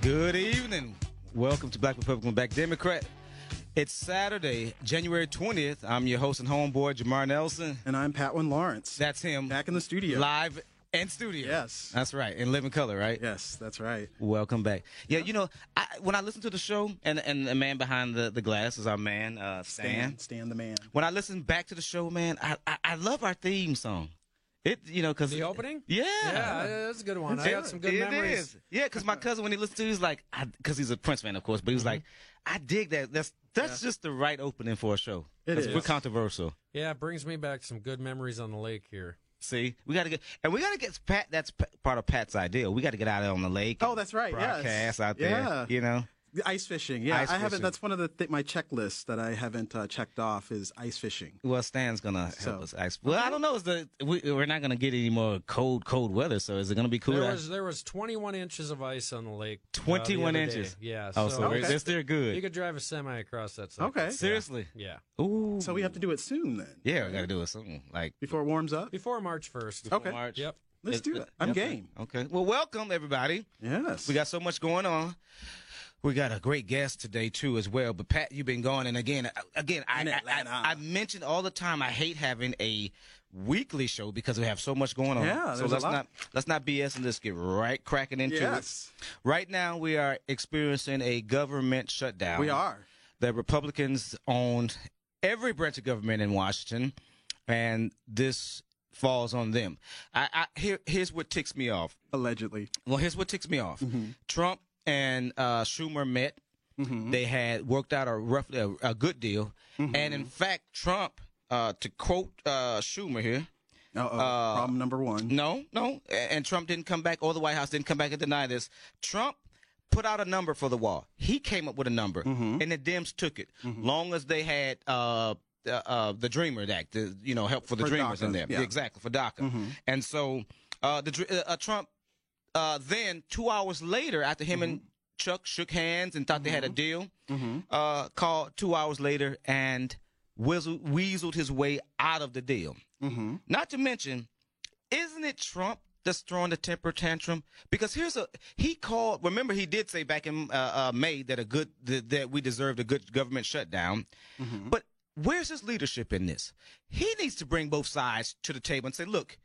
Good evening. Welcome to Black Republican Black Democrat. It's Saturday, January 20th. I'm your host and homeboy, Jamar Nelson. And I'm Patwin Lawrence. That's him. Back in the studio. Live Uh, and studio. Yes. That's right. In living color, right? Yes, that's right. Welcome back. Yeah, you know, I, when I listen to the show, and and the man behind the, the glass is our man, uh, Stan. Stan, Stan the man. When I listen back to the show, man, I, I, I love our theme song. It, you know, because The opening? Yeah. Yeah, that's a good one. I got some good It memories. is. Yeah, because my cousin, when he listened to it, he's like, because he's a Prince fan, of course, but he was like, I dig that. That's that's just the right opening for a show. It 'Cause is. We're controversial. Yeah, it brings me back some good memories on the lake here. See, we got to get, and we got to get Pat. That's p- part of Pat's idea. We got to get out on the lake. Oh, and that's right, yes. Broadcast out there. Yeah. You know, The ice fishing. Yeah, Ice I haven't. fishing. That's one of the th- my checklist that I haven't uh, checked off is ice fishing. well, Stan's gonna help So- us. Ice. Well, I don't know. Is the we, we're not gonna get any more cold, cold weather. So is it gonna be cool? There was there was 21 inches of ice on the lake. uh, the 21 other inches? day. Yeah. oh, so Okay. we're- they're still you good. could drive a semi across that. sucker. Okay. Seriously. Yeah. Ooh. So we have to do it soon then. Yeah, we gotta do it something like Before it warms up. Before March 1st. Okay. March. Yep. Let's It- do it- it. I'm okay. game. Okay. Well, welcome everybody. Yes. We got so much going on. We got a great guest today too, as well. But Pat, you've been gone, and again, again, I In I, Atlanta. I I mentioned all the time. I hate having a weekly show because we have so much going on. Yeah, so there's a let's lot. not let's not BS and let's get right cracking into Yes. it. Right now, we are experiencing a government shutdown. We are. The Republicans owned every branch of government in Washington, and this falls on them. I, I here here's what ticks me off. Allegedly. Well, here's what ticks me off. Trump and uh, Schumer met. They had worked out a roughly a, a good deal, and in fact, Trump, uh, to quote uh, Schumer here, Uh-oh. uh, Problem number one. no, no, a- and Trump didn't come back, or the White House didn't come back and deny this. Trump put out a number for the wall. He came up with a number, Mm-hmm. and the Dems took it. Long as they had uh, uh, uh, the Dreamer Act, the, you know, help for the For Dreamers in DACA, there, yeah. Mm-hmm. exactly for DACA. And so, uh, the dr- uh, uh, Trump uh, then two hours later, after him and Mm-hmm. Chuck shook hands and thought they had a deal, uh, called two hours later and weasel- weaseled his way out of the deal. Not to mention, isn't it Trump that's throwing the temper tantrum? Because here's a he called. Remember, he did say back in uh, uh, May that a good that, that we deserved a good government shutdown. But where's his leadership in this? He needs to bring both sides to the table and say, look.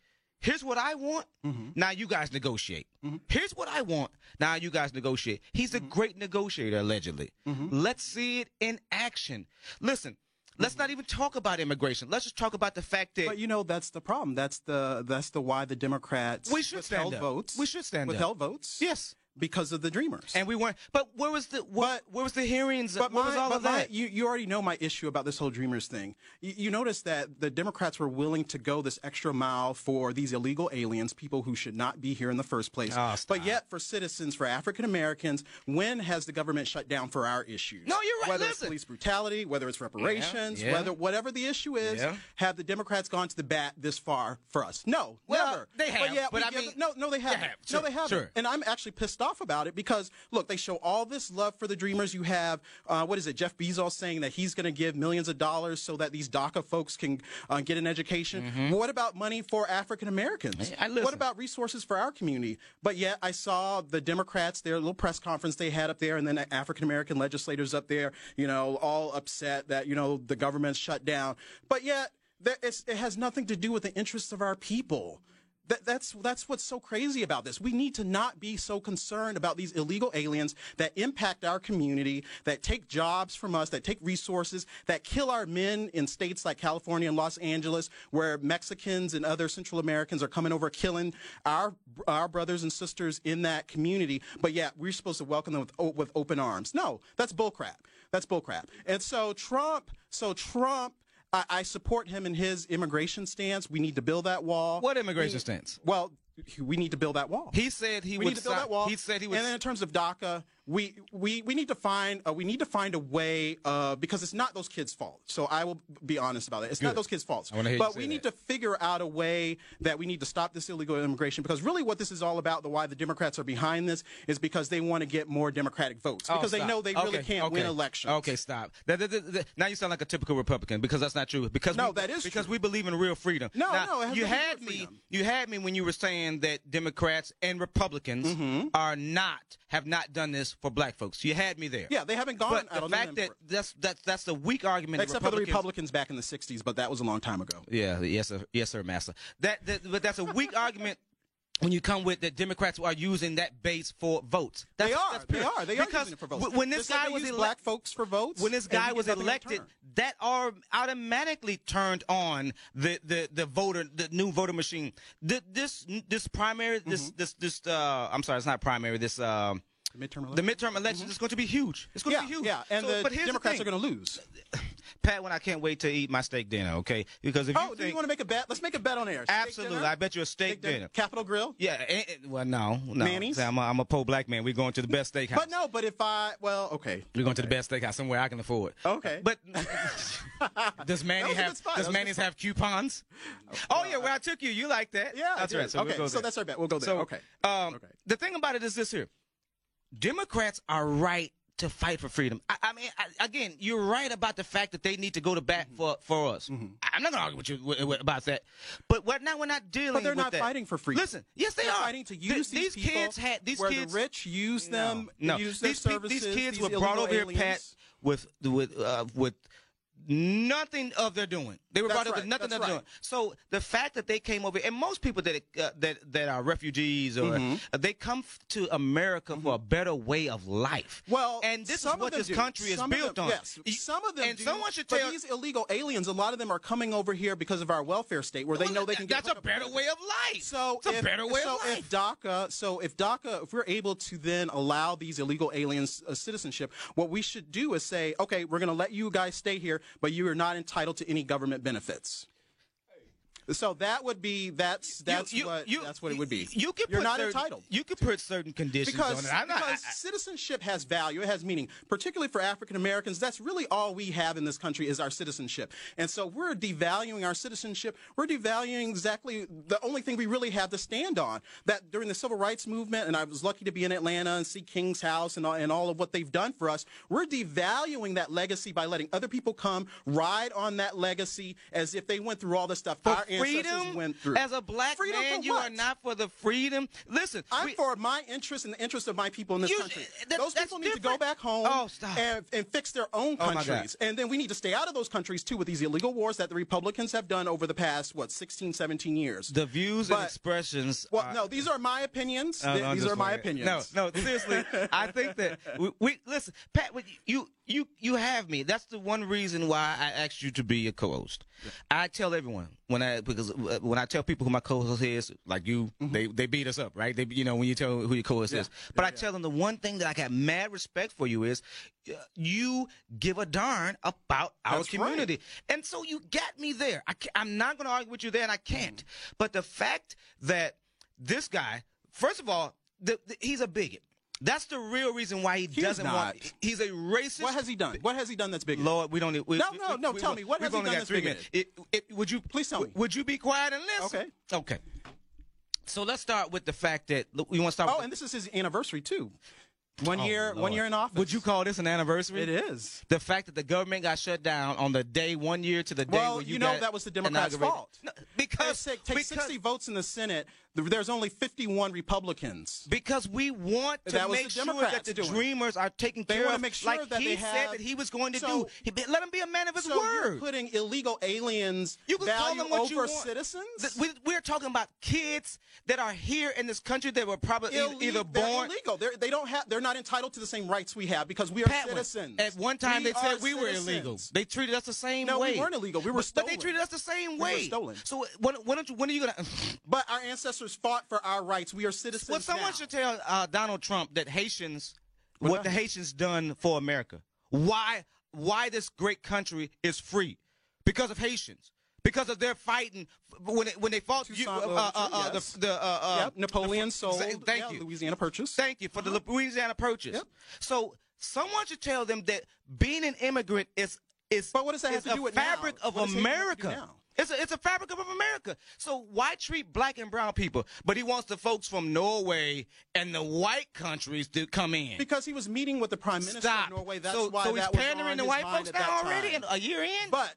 Here's what I want. Now you guys negotiate. Here's what I want. Now you guys negotiate. He's a great negotiator, allegedly. Let's see it in action. Listen, let's not even talk about immigration. Let's just talk about the fact that But you know that's the problem. That's the that's the why the Democrats We should stand withheld up. votes. We should stand up. withheld votes. Yes. because of the Dreamers. And we weren't. But where was the what? where was the hearings? But where my, was all but of my- that? you, you already know my issue about this whole Dreamers thing. You, you notice that the Democrats were willing to go this extra mile for these illegal aliens, people who should not be here in the first place. Oh, stop. But yet, for citizens, for African Americans, when has the government shut down for our issues? No, you're right. Whether Listen. it's police brutality, whether it's reparations, yeah. whether whatever the issue is, Yeah. have the Democrats gone to the bat this far for us? No, Well, never. they have, But, yet but we I give- mean- no, no, they haven't. have. Sure, no, they haven't. sure. And I'm actually pissed off about it because look, they show all this love for the Dreamers. You have uh, what is it? Jeff Bezos saying that he's going to give millions of dollars so that these DACA folks can uh, get an education. What about money for African Americans? Mm-hmm. I- I listen. what about resources for our community? But yet, I saw the Democrats their little press conference they had up there, and then the African American legislators up there, you know, all upset that you know the government shut down. But yet. There, it's, it has nothing to do with the interests of our people. That, that's that's what's so crazy about this. We need to not be so concerned about these illegal aliens that impact our community, that take jobs from us, that take resources, that kill our men in states like California and Los Angeles, where Mexicans and other Central Americans are coming over, killing our our brothers and sisters in that community. But yet we're supposed to welcome them with o- with open arms. No, that's bullcrap. That's bullcrap. And so Trump, so Trump. I, I support him in his immigration stance. We need to build that wall. What immigration stance? Well, we need to build that wall. He said he we would need to build sign- that wall. he said he would- And then in terms of DACA, we we we need to find uh, we need to find a way uh, because it's not those kids' fault. So I will be honest about it. It's not those kids' faults. wanna hear you but say we that. need to figure out a way that we need to stop this illegal immigration because really what this is all about, the why the Democrats are behind this is because they want to get more Democratic votes Oh, because they stop. know they really Okay, can't win okay. elections. Okay, stop. That- that- that- that- now you sound like a typical Republican because that's not true. Because No, we, that is because true. we believe in real freedom. No, Now, no, it has you nothing to do had with me. freedom. You had me when you were saying that Democrats and Republicans Mm-hmm. are not have not done this for Black folks. You had me there. Yeah, they haven't gone But out the on fact that them for it. that's that's that's the weak argument. of Except for the Republicans- Republicans back in the '60s, but that was a long time ago. Yeah, yes, sir, yes, sir, master. That, that but that's a weak argument when you come with that Democrats are using that base for votes. That's, they are. that's They pure. are. They are because using it for votes. w- When this Just like guy they was use elec- black folks for votes. when this and guy we was get nothing in elected, return. that are automatically turned on the, the, the voter, the new voter machine. Th- This this primary, this Mm-hmm. this this uh, I'm sorry, it's not primary. This um, The midterm the election. midterm election is going to be huge. It's going Mm-hmm. yeah, to be huge. yeah, and So- the but here's Democrats the are thing. going to lose. Pat. When I can't wait to eat my steak dinner, okay? Because if Oh, you do think you want to make a bet? Let's make a bet on air. Steak absolutely, dinner? I bet you a steak, Steak dinner. dinner. Capital Grill. Yeah, and, and- well, no, no. Manny's? See, I'm a, I'm a poor black man. We're going to the best steakhouse. But no, but if I well, okay. We're going to the best steakhouse somewhere I can afford. Okay. But does That Manny was a have good spot. does That was a good Manny's have coupons? Oh yeah, where I took you, you like that? Yeah, I that's did. right. So okay, we'll go so there. that's our bet. We'll go there. So, okay. Um, Okay. The thing about it is this here. Democrats are right to fight for freedom. I, I mean, I, again, you're right about the fact that they need to go to bat Mm-hmm. for, for us. I- I'm not going to argue with you wi- wi- about that. But we're not, we're not dealing But they're with not that. fighting for freedom. Listen, yes, they They're are. fighting to use Th- these, these people kids had these where kids the rich use them, no, use their these, peop- services. these kids were illegal brought over aliens. here, Pat, with with uh, with nothing of their doing. They were That's brought over right, with nothing that's of their right. doing. So the fact that they came over, and most people that uh, that that are refugees or Mm-hmm. uh, they come f- to America for a better way of life. Well, and this is some of what them this do. country is Some of built them- on. Yes, Y- some of them. And do, someone should but tell. these illegal aliens. A lot of them are coming over here because of our welfare state, where they Well, know they can get. That's a hooked up better with way of life. So it's a if, better way so of life. if DACA, so if DACA, if we're able to then allow these illegal aliens uh, citizenship, what we should do is say, okay, we're going to let you guys stay here, but you are not entitled to any government benefits. So that would be that's that's what that's what it would be. You can are put not certain- entitled. You can put certain conditions on Because, it. I'm not- because I- I- citizenship has value, it has meaning. Particularly for African Americans, that's really all we have in this country is our citizenship. And so we're devaluing our citizenship. We're devaluing exactly the only thing we really have to stand on. That during the civil rights movement, and I was lucky to be in Atlanta and see King's House and all, and all of what they've done for us, we're devaluing that legacy by letting other people come ride on that legacy as if they went through all the stuff our ancestors went through. as a black Freedom man for you are what? not for the freedom listen I'm we- for my interest and the interest of my people in this You- uh, country. that- those that's people need to go different. back home Oh, stop. And, and fix their own Oh, my God. countries. and then we need to stay out of those countries too with these illegal wars that the Republicans have done over the past, what, 16, 17 years. the views and But- expressions well, are- no, these are my opinions. No, Th- no, I'm these just are my playing. opinions. No, no, seriously, I think that we, we listen, Pat. what You you you have me. That's the one reason why I asked you to be a co-host. I tell everyone when I because uh, when I tell people who my co-host is, like you, Mm-hmm. they they beat us up, right? They you know when you tell who your co-host is. But I tell them the one thing that I got mad respect for you is uh, you give a darn about our That's right. community. And so you got me there. I ca- I'm not going to argue with you there, and I can't. Mm-hmm. But the fact that this guy, first of all, the, the- he's a bigot. That's the real reason why he doesn't not. want. He's a racist. What has he done? What has he done that's big? Lord, we don't need. We, No, no, we- no, we- tell we- me, what we've has he only done got that's three bigoted? minutes. It- it- would you Please tell me. Would you be quiet and listen? Okay. Okay. So let's start with the fact that look, we want to start. Oh, with, and this is his anniversary too. One Oh, year, one Lord. year in office. Would you call this an anniversary? It is. the fact that the government got shut down on the day one year to the day Well, where you, you know got that was the Democrats' inaugurated. fault. No, They because said take because, 60 votes in the Senate. th- There's only 51 Republicans. because we want to That was make the sure Democrats that the doing it. dreamers are taken They care wanna of. make sure like that he they said have- that he was going to So- do. He, be- let him be a man of his so word. you're putting illegal aliens You can call value them what over you want. citizens? Th- we, we're talking about kids that are here in this country that were probably e- Ille- either they're born. illegal. They're, they don't have. They're not entitled to the same rights we have because we are Pat was- citizens. At one time, We they said are we were citizens. illegal. They treated us the same No, we way. weren't illegal. We were but, But stolen. they treated us the same were way. stolen. So when, when, don't you, when are you gonna? But our ancestors fought for our rights. We are citizens. Well, someone now. should tell uh, Donald Trump that Haitians, what, the Haitians done for America, why why this great country is free, because of Haitians, because of their fighting when they, when they fought you, uh, Toussaint uh, uh, Louverture, uh, yes. the the uh, uh, yep, Napoleon sold. Thank yeah, you. Louisiana Purchase. Thank you for the Louisiana Purchase. Uh-huh. Yep. So someone should tell them that being an immigrant is is But what does that is have to a do with now? fabric of What does that have to do America. now? It's a, it's a fabric of America. So why treat black and brown people? But he wants the folks from Norway and the white countries to come in. because he was meeting with the prime minister Stop. of Norway. That's so, why so he's that was pandering on to his white mind folks at that now already, time. and a year in. But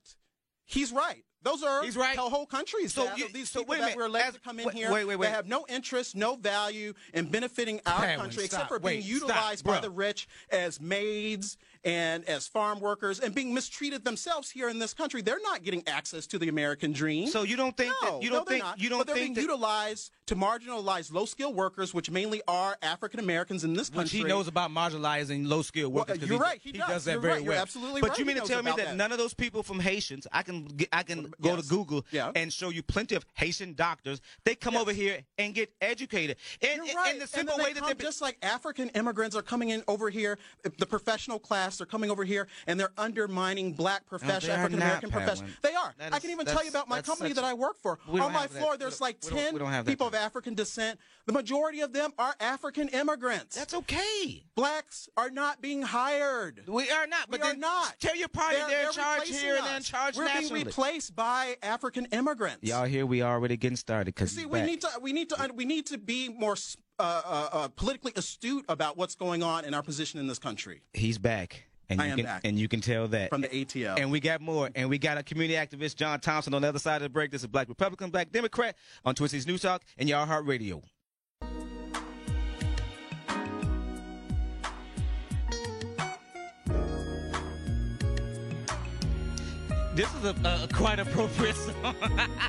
he's right. Those are He's right. the whole countries. So that- you- these so people wait a that minute. were elected As- to come in wait, here wait, wait, wait. that have no interest, no value in benefiting our Padwin, country, stop. except for being Wait, stop, utilized by bruh. the rich as maids and as farm workers and being mistreated themselves here in this country. They're not getting access to the American dream. so you don't think No, that you no, don't they're think not. you don't but they're think being that, utilized to marginalize low-skilled workers, which mainly are African Americans in this which country. he knows about marginalizing low skilled Well, workers. 'cause you're he- right, he He does. does, that You're very right, well. you're absolutely but right, you he mean to knows tell me about that, that. none of those people from Haitians? I can get- I can go yes. to Google Yeah. and show you plenty of Haitian doctors. They come over here and get educated. And, You're and- right. and the And simple then way they that come, they just like African immigrants are coming in over here, the professional class are coming over here and they're undermining black profession, they are African American not, profession. Patwin. They are. That I is- can even that's- tell you about my that's company such that a- I work for. We don't On my have that. floor, We there's don't- like we don't- we 10 don't have that people of kind. African descent. The majority of them are African immigrants. that's okay. Blacks are not being hired. We are not. But we then are not. Tell your party they're, they're, in charge replacing here and they're in us. charge We're nationally. being replaced by African immigrants. Y'all here? We already getting started. Cause See, he's we back. need to we need to we need to be more uh, uh, uh, politically astute about what's going on in our position in this country He's back. And I you am can, back. And you can tell that. from the ATL. And we got more. And we got a community activist, John Thompson, on the other side of the break. This is Black Republican, Black Democrat on Twisties News Talk and Y'all Heart Radio. This is a, a quite appropriate song.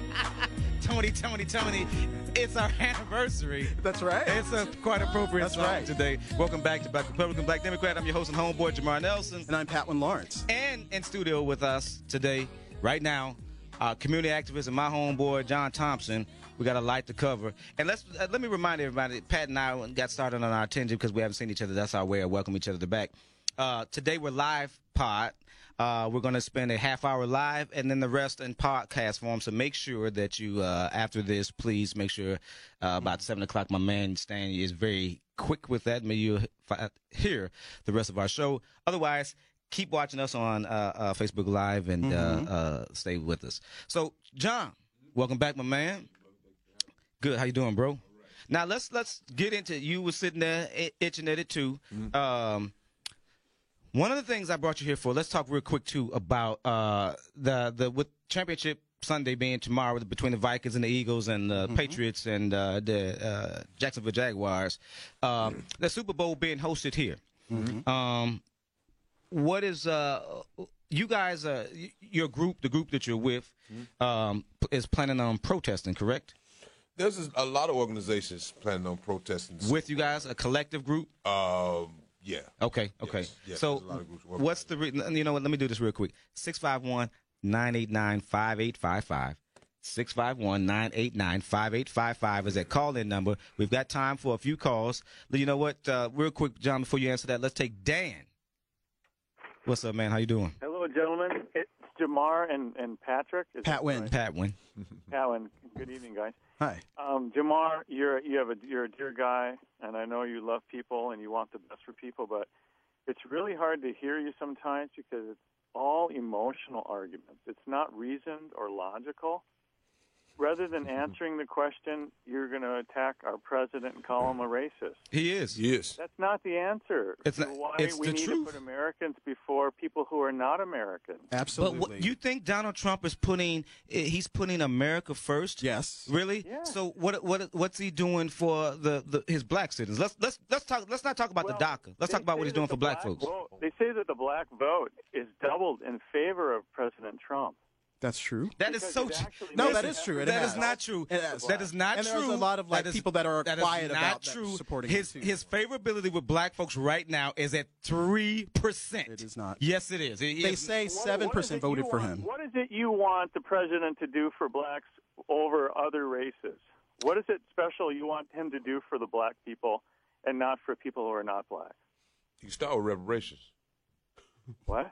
Tony, Tony, Tony, it's our anniversary. That's right. It's a quite appropriate That's song right. today. Welcome back to Black Republican, Black Democrat. I'm your host and homeboy, Jamar Nelson and I'm Patwin Lawrence. and in studio with us today, right now, uh, community activist and my homeboy John Thompson. We got a light to cover, and let's uh, let me remind everybody. Pat and I got started on our tangent because we haven't seen each other. That's our way of welcoming each other to back. Uh, today we're live pod. Uh, we're going to spend a half hour live and then the rest in podcast form. So make sure that you, uh, after this, please make sure uh, about 7 o'clock, my man Stan is very quick with that. May you fi- hear the rest of our show. Otherwise, keep watching us on uh, uh, Facebook Live and uh, uh, stay with us. So, John, welcome back, my man. Good. How you doing, bro? Now let's let's get into you. Was sitting there i- itching at it too. Um, one of the things I brought you here for. Let's talk real quick too about uh, the the with championship Sunday being tomorrow between the Vikings and the Eagles and the Patriots and uh, the uh, Jacksonville Jaguars. Uh, the Super Bowl being hosted here. Um, what is uh you guys uh y- your group the group that you're with Mm-hmm. um p- is planning on protesting correct There's a- a lot of organizations planning on protesting. with you guys a collective group um, yeah. okay okay Yes, yes, so there's a lot of groups working what's the re- you know what let me do this real quick 651-989-5855 651-989-5855 is that call-in number we've got time for a few calls you know what uh real quick john before you answer that let's take dan what's up man how you doing Hello, gentlemen. It's Jamar and, and Patrick. Is that Patwin. right? patwin Patwin. Good evening, guys. Hi. Um, Jamar, you're you have a you're a dear guy, and I know you love people and you want the best for people, but it's really hard to hear you sometimes because it's all emotional arguments. It's not reasoned or logical. Rather Mm-hmm. than answering the question, you're going to attack our president and call him a racist. he is Yes. That's not the answer. It's to not- why it's we the need truth. to put Americans before people who are not Americans. Absolutely. But what, you think Donald Trump is putting eh, he's putting America first? yes. Really? Yeah. So what what what's he doing for the, the his black citizens? Let's let's let's talk let's not talk about the Well, DACA. Let's they talk about what say he's doing that for the black, folks. vote- they say that the black vote is doubled in favor of President Trump. That's true. That is Because so it tr- actually No, makes that it is true. It That has. is not true. It has. That is not And true. there's a lot of, like, That is- people that are is quiet not about that, true. supporting his it, too. his favorability with black folks right now is at three percent. It is not. Yes, it is. It- They it- say What- seven what is percent it you voted for want- him. What is it you want the president to do for blacks over other races? What is it special you want him to do for the black people and not for people who are not black? You can start with reparations. What?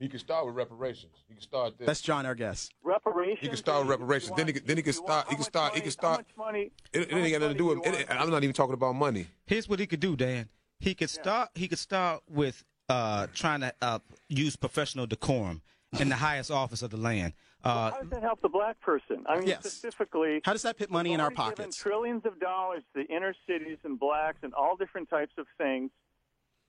He can start with reparations. He can start this. That's John, our guest. reparations. He can start if you reparations. Then he want- can- then he if can you start- want- he how can start- much he can start- money- How much money? it, it how much ain't got nothing to do money with. you It, want? and I'm not even talking about money. Here's what he could do, Dan. He could start. He could start with uh, trying to uh, use professional decorum in the highest office of the land. Uh, How does that help the black person? I mean, Yes. specifically, How does that put money in our we've already given pockets? Trillions of dollars to inner cities and blacks and all different types of things.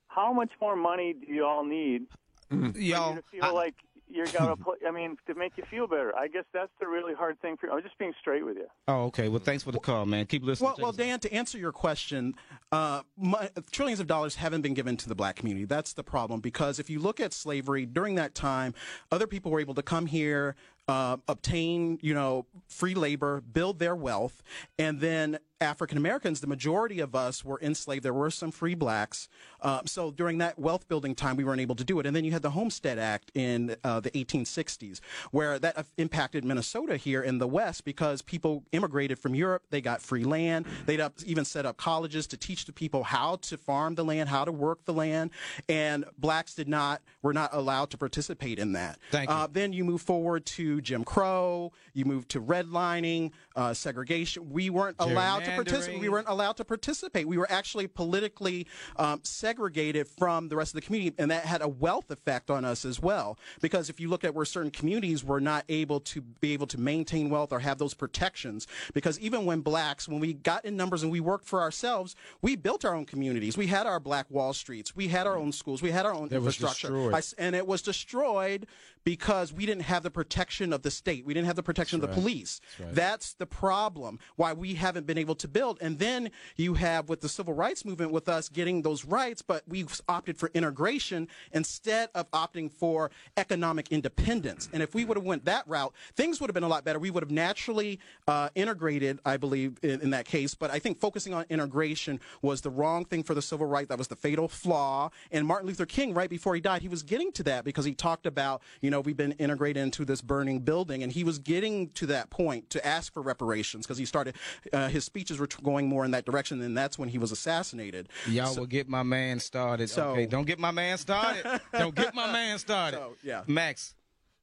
How much more money do you all need y'all, you to feel I- like you're gonna play? I mean, to make you feel better. I guess that's the really hard thing for. I'm just being straight with you. oh, okay. Well, thanks for the call, man. Keep listening. Well, Check well, us out. Dan, to answer your question, uh, mu- trillions of dollars haven't been given to the black community. That's the problem because if you look at slavery during that time, other people were able to come here, uh, obtain you know free labor, build their wealth, and then African Americans, the majority of us were enslaved. There were some free blacks, uh, so during that wealth building time, we weren't able to do it. And then you had the Homestead Act in uh, the 1860s, where that uh, impacted Minnesota here in the West because people immigrated from Europe. They got free land. They'd up, even set up colleges to teach the people how to farm the land, how to work the land. And blacks did not, were not allowed to participate in that. Thank you. Uh, then you move forward to Jim Crow. You move to redlining, uh, segregation. We weren't allowed to participate. We Gerrymandering. were weren't allowed to participate. We were actually politically um, segregated from the rest of the community, and that had a wealth effect on us as well. Because if you look at where certain communities were not able to be able to maintain wealth or have those protections, because even when blacks, when we got in numbers and we worked for ourselves, we built our own communities. We had our black Wall Streets. We had our own schools. We had our own was infrastructure. destroyed. I s- and it was destroyed because we didn't have the protection of the state. We didn't have the protection of the police. That's, the problem why we haven't been able to build. And then you have with the civil rights movement with us getting those rights, but we've opted for integration instead of opting for economic independence. And if we would have went that route, things would have been a lot better. We would have naturally uh, integrated, I believe, in, in that case. But I think focusing on integration was the wrong thing for the civil right. That was the fatal flaw. And Martin Luther King, right before he died, he was getting to that because he talked about, you know, we've been integrated into this burning building. And he was getting to that point to ask for reparations because he started, uh, his speeches were tr- going more in that direction. And that's when he was assassinated. Y'all will get my man started. So- okay, don't get my man started. don't get my man started. So, yeah. Max,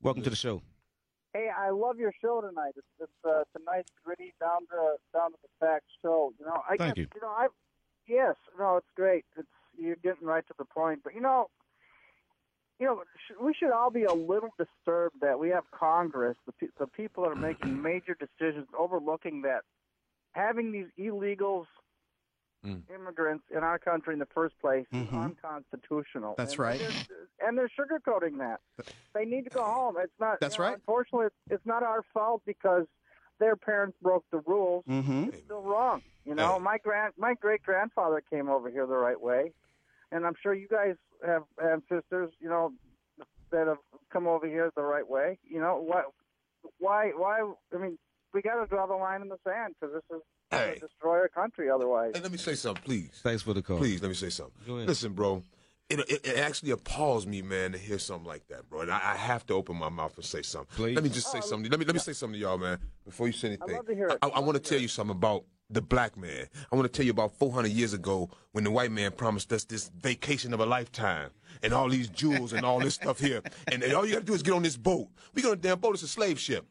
welcome to the show. Hey, I love your show tonight. It's it's, uh, it's a nice, gritty, down to down to the facts show. You know, I Thank guess, you. know, I yes, no, it's great. It's you're getting right to the point. But you know, you know, sh- we should all be a little disturbed that we have Congress, the pe- the people that are making major decisions, overlooking that having these illegals. Mm. Immigrants in our country in the first place is Mhm. unconstitutional. That's And right. they're- And they're sugarcoating that. They need to go home. It's not. That's you know, right. Unfortunately, it's- it's not our fault because their parents broke the rules. Mm-hmm. It's still wrong. You know, Hey. my grand, my great grandfather came over here the right way, and I'm sure you guys have ancestors. You know, that have come over here the right way. You know, why, why, why? I mean, we got to draw the line in the sand because this is going Hey. to destroy our country otherwise. Hey, let me say something, please. Thanks for the call. Please let me say something. Go ahead. Listen, bro. It, it, it actually appalls me, man, to hear something like that, bro. And I, I have to open my mouth and say something. Please. Let me just say something. Let me let me say something to y'all, man, before you say anything. Um, love to hear it. I, want to tell you something about the black man. I want to tell you about 400 years ago when the white man promised us this vacation of a lifetime and all these jewels and all this stuff here. And, and all you got to do is get on this boat. We get on a damn boat. It's a slave ship.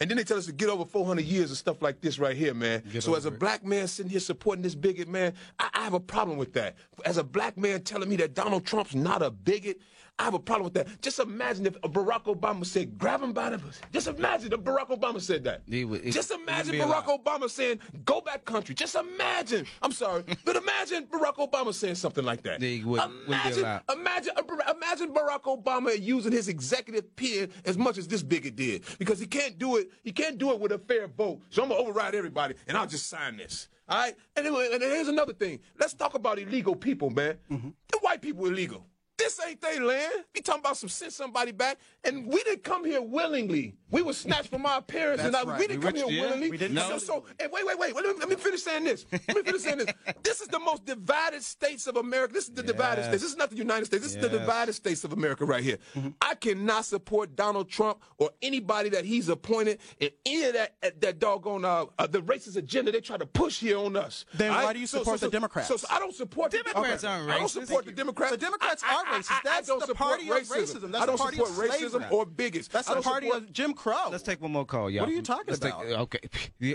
And then they tell us to get over 400 years and stuff like this right here, man. so as a black man sitting here supporting this bigot, man, I, I have a problem with that. As a black man telling me that Donald Trump's not a bigot, I have a problem with that. Just imagine if Barack Obama said, grab him by the... Just imagine if Barack Obama said that. He would- he- Just he wouldn't imagine be Barack allowed. Obama saying, go back country. Just imagine. I'm sorry. but imagine Barack Obama saying something like that. He wouldn't- wouldn't be imagine, allowed. imagine, imagine Barack Obama using his executive pen as much as this bigot did. Because he can't do it. He can't do it with a fair vote. So I'm going to override everybody and I'll just sign this. All right? And, then, and then here's another thing. Let's talk about illegal people, man. The white people illegal. This ain't they land. We talking about some send somebody back, and we didn't come here willingly. We were snatched from our parents, and That's I, right. we didn't We come here were- yeah, willingly. we didn't So- come- so so, and Oh, wait, wait, wait. Let me, let me finish saying this. Let me finish saying this. This is the most divided states of America. This is the divided states. This is not the United States. This is the Yes. divided states of America right here. Mm-hmm. I cannot support Donald Trump or anybody that he's appointed in any of that that doggone uh, uh, the racist agenda they try to push here on us. Then All why do you support the Democrats? So, so I don't support the Democrats aren't I don't racist. support the Democrats. The Democrats I- are I- racist. That's don't the support party of racism. That's I don't the party support of racism slavery. or bigots. That's the I don't party support- of Jim Crow. Let's take one more call, y'all. What are you talking Let's take- uh, about? okay.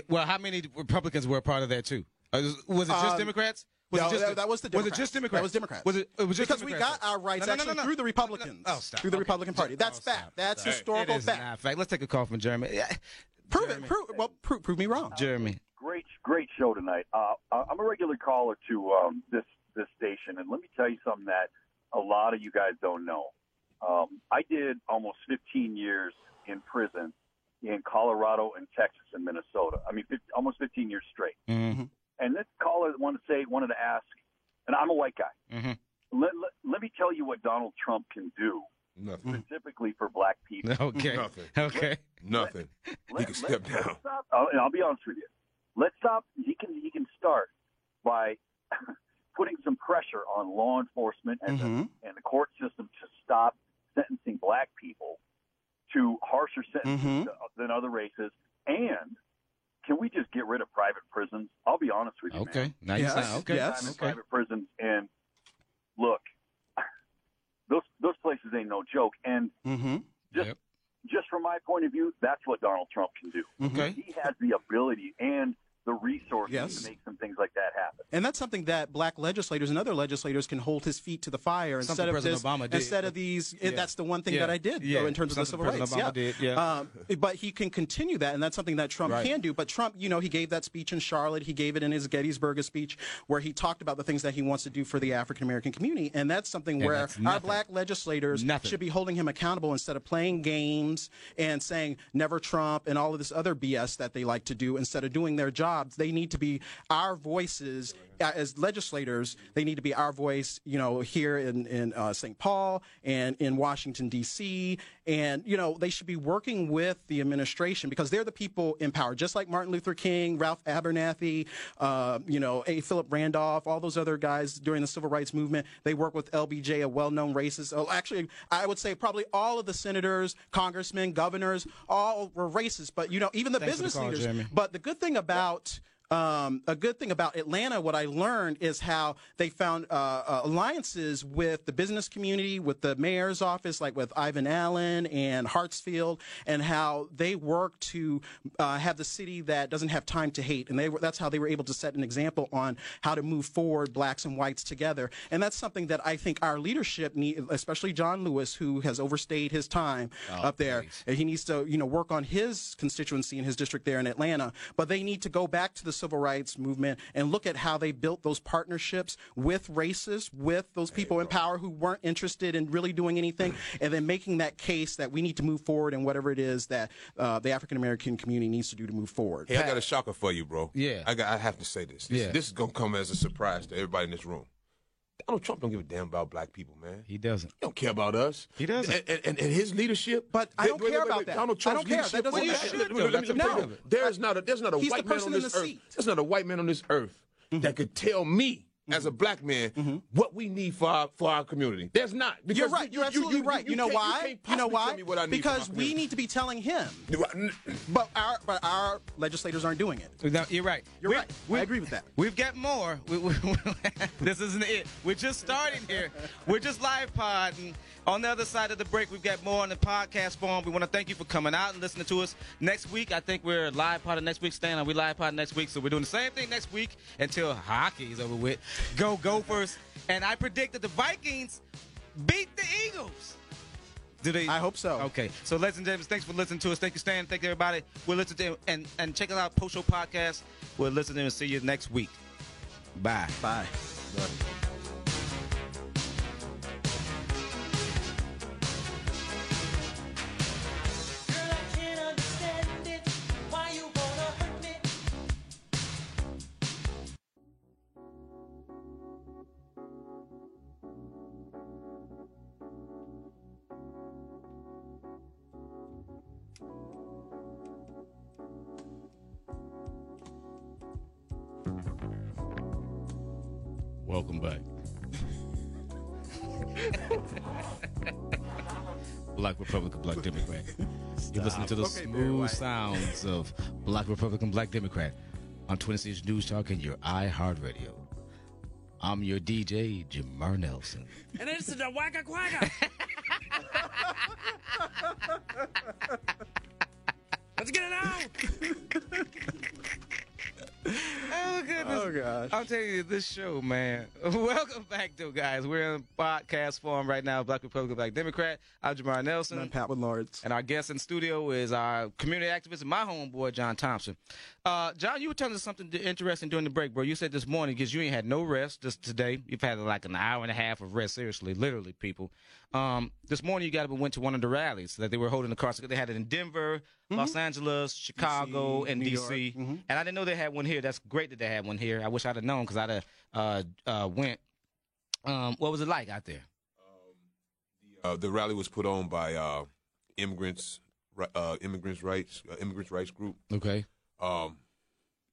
Well, how many Republicans were a part of that too? Uh, Was it just Um, Democrats? Was no, it just, that, that was the Was Democrats. it just Democrats? That was Democrats. Was it? it was just because Democrats? we got our rights No, no, no, actually no, no. through the Republicans, No, no, oh, stop. through the Okay. Oh, Republican Party. That's stop. fact. That's It historical is fact. not fact. Let's take a call from Jeremy. Yeah, Prove it. Prove, well, prove, prove me wrong. Jeremy. great, great show tonight. Uh, I- I'm a regular caller to um, this this station, and let me tell you something that a lot of you guys don't know. Um, I did almost 15 years in prison in Colorado and Texas and Minnesota. I mean, 15, almost 15 years straight. Mhm. And this caller wanted to say, wanted to ask, and I'm a white guy. Mhm. Let, let, let me tell you what Donald Trump can do nothing. specifically for black people. Okay. Nothing. Okay. Nothing. He can step let's down. Stop, I'll, I'll be honest with you. Let's stop. He can he can start by putting some pressure on law enforcement and Mhm. Mm-hmm. the, and the court system to stop sentencing black people to harsher sentences Mm-hmm. Mhm. th- than other races. And can we just get rid of private prisons? I'll be honest with you. man. Okay. Now you Yes, sound okay. yes. I'm in Okay. private prisons, and look, those those places ain't no joke. And Mm-hmm. just Yep. just from my point of view, that's what Donald Trump can do. Okay. He has the ability and the resources Mm-hmm. Yes. to make some things like that happen. And that's something that black legislators and other legislators can hold his feet to the fire instead Something of President this, Obama did. instead of these. Yeah. That's the one thing Yeah. that I did Yeah. though, in terms of the Something civil President rights. Obama did, yeah. yeah. Um, but he can continue that, and that's something that Trump Right. can do. But Trump, you know, he gave that speech in Charlotte. He gave it in his Gettysburg speech, where he talked about the things that he wants to do for the African American community, and that's something where that's our nothing. black legislators Nothing. should be holding him accountable instead of playing games and saying never Trump and all of this other BS that they like to do. Instead of doing their jobs, they need to be our voices uh, as legislators. They need to be our voice, you know, here in in uh, St. Paul and in Washington D.C. And you know, they should be working with the administration because they're the people in power. Just like Martin Luther King, Ralph Abernathy, uh, you know, A. Philip Randolph, all those other guys during the civil rights movement. They work with LBJ, a well-known racist. Oh, actually, I would say probably all of the senators, congressmen, governors, all were racist. But you know, even the Thanks for the business call, leaders. Jeremy. But the good thing about um, a good thing about Atlanta, what I learned is how they found uh, uh, alliances with the business community, with the mayor's office, like with Ivan Allen and Hartsfield, and how they work to uh, have the city that doesn't have time to hate. And they were, that's how they were able to set an example on how to move forward blacks and whites together. And that's something that I think our leadership need, especially John Lewis, who has overstayed his time up there, and he needs to you know work on his constituency in his district there in Atlanta. But they need to go back to the civil rights movement and look at how they built those partnerships with racists, with those people in power who weren't interested in really doing anything, and then making that case that we need to move forward and whatever it is that uh, the African American community needs to do to move forward. Hey, I got a shocker for you, bro. Yeah. I got. I have to say this. This, Yeah. this is gonna come as a surprise to everybody in this room. Donald Trump don't give a damn about black people, man. He He doesn't. don't care about us. He doesn't. And, and, and- and his leadership. But I Wait, don't wait, care wait, about wait. that. Donald I Trump's don't care. That leadership- doesn't- Well, you that- should, that- though. Let me- let me No. tell you. There's not a there's not a He's white the man person on in this the earth. seat. There's not a white man on this earth that could tell me. As a black man, what we need for our for our community, there's not. Because You're right. you- You're you- absolutely you- right. You, know can't- why? can't You know possibly tell why? me what I need for my because we need to be telling him. community. But our but our legislators aren't doing it. No, you're right. You're We- right. we- I agree with that. We've got more. We, we, this isn't it. We're just starting here. We're just live podding. On the other side of the break, we've got more on the podcast form. We want to thank you for coming out and listening to us. Next week, I think we're live podding next week. Stan, are we live podding next week? So we're doing the same thing next week until hockey is over with. Go Gophers. And I predict that the Vikings beat the Eagles. Do they? I hope so. Okay. So, ladies and gentlemen, thanks for listening to us. Thank you, Stan. Thank you, everybody. We'll listen to and and check us out post show podcast. We'll listen to and see you next week. Ah, Bye. Bye. Girl, I can't understand it. Why you wanna hurt me? Welcome back. Black Republican, Black Democrat. You're listening to the smooth sounds of Black Republican, Black Democrat on 26 News Talk and your iHeartRadio. I'm your DJ, Jamar Nelson. And it's the wacka quacka. Let's get it out. Oh goodness. Oh gosh. I'm telling you, this show, man. Welcome back, though, guys. We're in podcast form right now. Black Republican, Black Democrat. I'm Jamar Nelson. I'm Pat with Lawrence. And our guest in studio is our community activist and my homeboy, John Thompson. Uh, John, you were telling us something interesting during the break, bro. You said this morning, because you ain't had no rest just today. You've had like an hour and a half of rest, seriously, literally, people. Um, this morning, you got up and went to one of the rallies that they were holding across. They had it in Denver, Los Angeles, Chicago, and New D.C. York. Mhm. And I didn't know they had one here. That's great that they had one here. I wish I'd have known because I'd have uh, uh, went. Um, what was it like out there? Uh, the rally was put on by uh, immigrants, ri- uh, immigrants rights, uh, immigrants rights group. Okay. Um,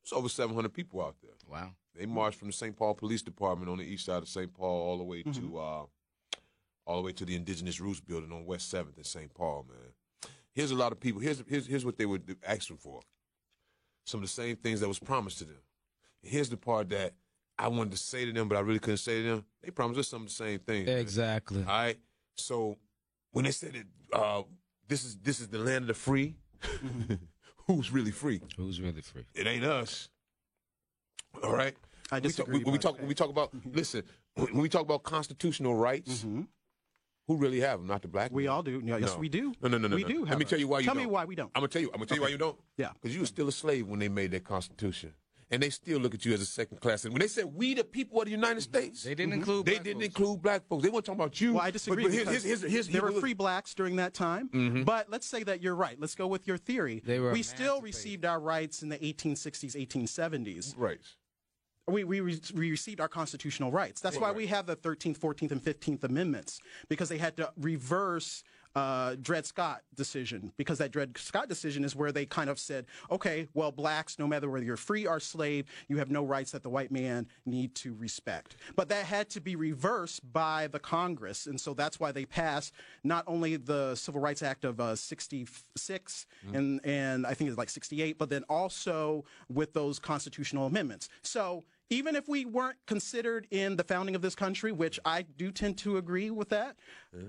it's over 700 people out there. Wow. They marched from the St. Paul Police Department on the east side of St. Paul all the way to uh, all the way to the Indigenous Roots Building on West Seventh in St. Paul. Man, here's a lot of people. Here's here's here's what they were asking for. Some of the same things that was promised to them. Here's the part that I wanted to say to them, but I really couldn't say to them. They promised us some of the same things. man. Exactly. All right. So when they said that uh, this is this is the land of the free, who's really free? Who's really free? It ain't us. All right. I When we talk- disagree, When we but talk, when we talk about listen, when we talk about constitutional rights, who really have them? Not the black. Mm-hmm. We man. all do. Yeah, yes, No. we do. No, no, no, no. We no. do. Let me have tell it. you why you Tell don't. me why we don't. I'm gonna tell you. I'm gonna tell you why you don't. Yeah. Because you were still a slave when they made that constitution, and they still look at you as a second class. And when they said we, the people of the United States, They Mm-hmm. didn't include. they black didn't folks. include black folks. They weren't talking about you. Well, I But- disagree. But, here's, because here's, here's, here's, there were here's- free blacks during that time, but let's say that you're right. Let's go with your theory. Mm-hmm. They were we still emancipated. received our rights in the 1860s, 1870s. rights. We, we, re- we received our constitutional rights. That's why we have the 13th, 14th, and 15th Amendments, because they had to reverse uh, Dred Scott decision, because that Dred Scott decision is where they kind of said, okay, well, blacks, no matter whether you're free or slave, you have no rights that the white man need to respect. But that had to be reversed by the Congress, and so that's why they passed not only the Civil Rights Act of uh, 66 and, and I think it's like 68, but then also with those constitutional amendments. So even if we weren't considered in the founding of this country, which I do tend to agree with that,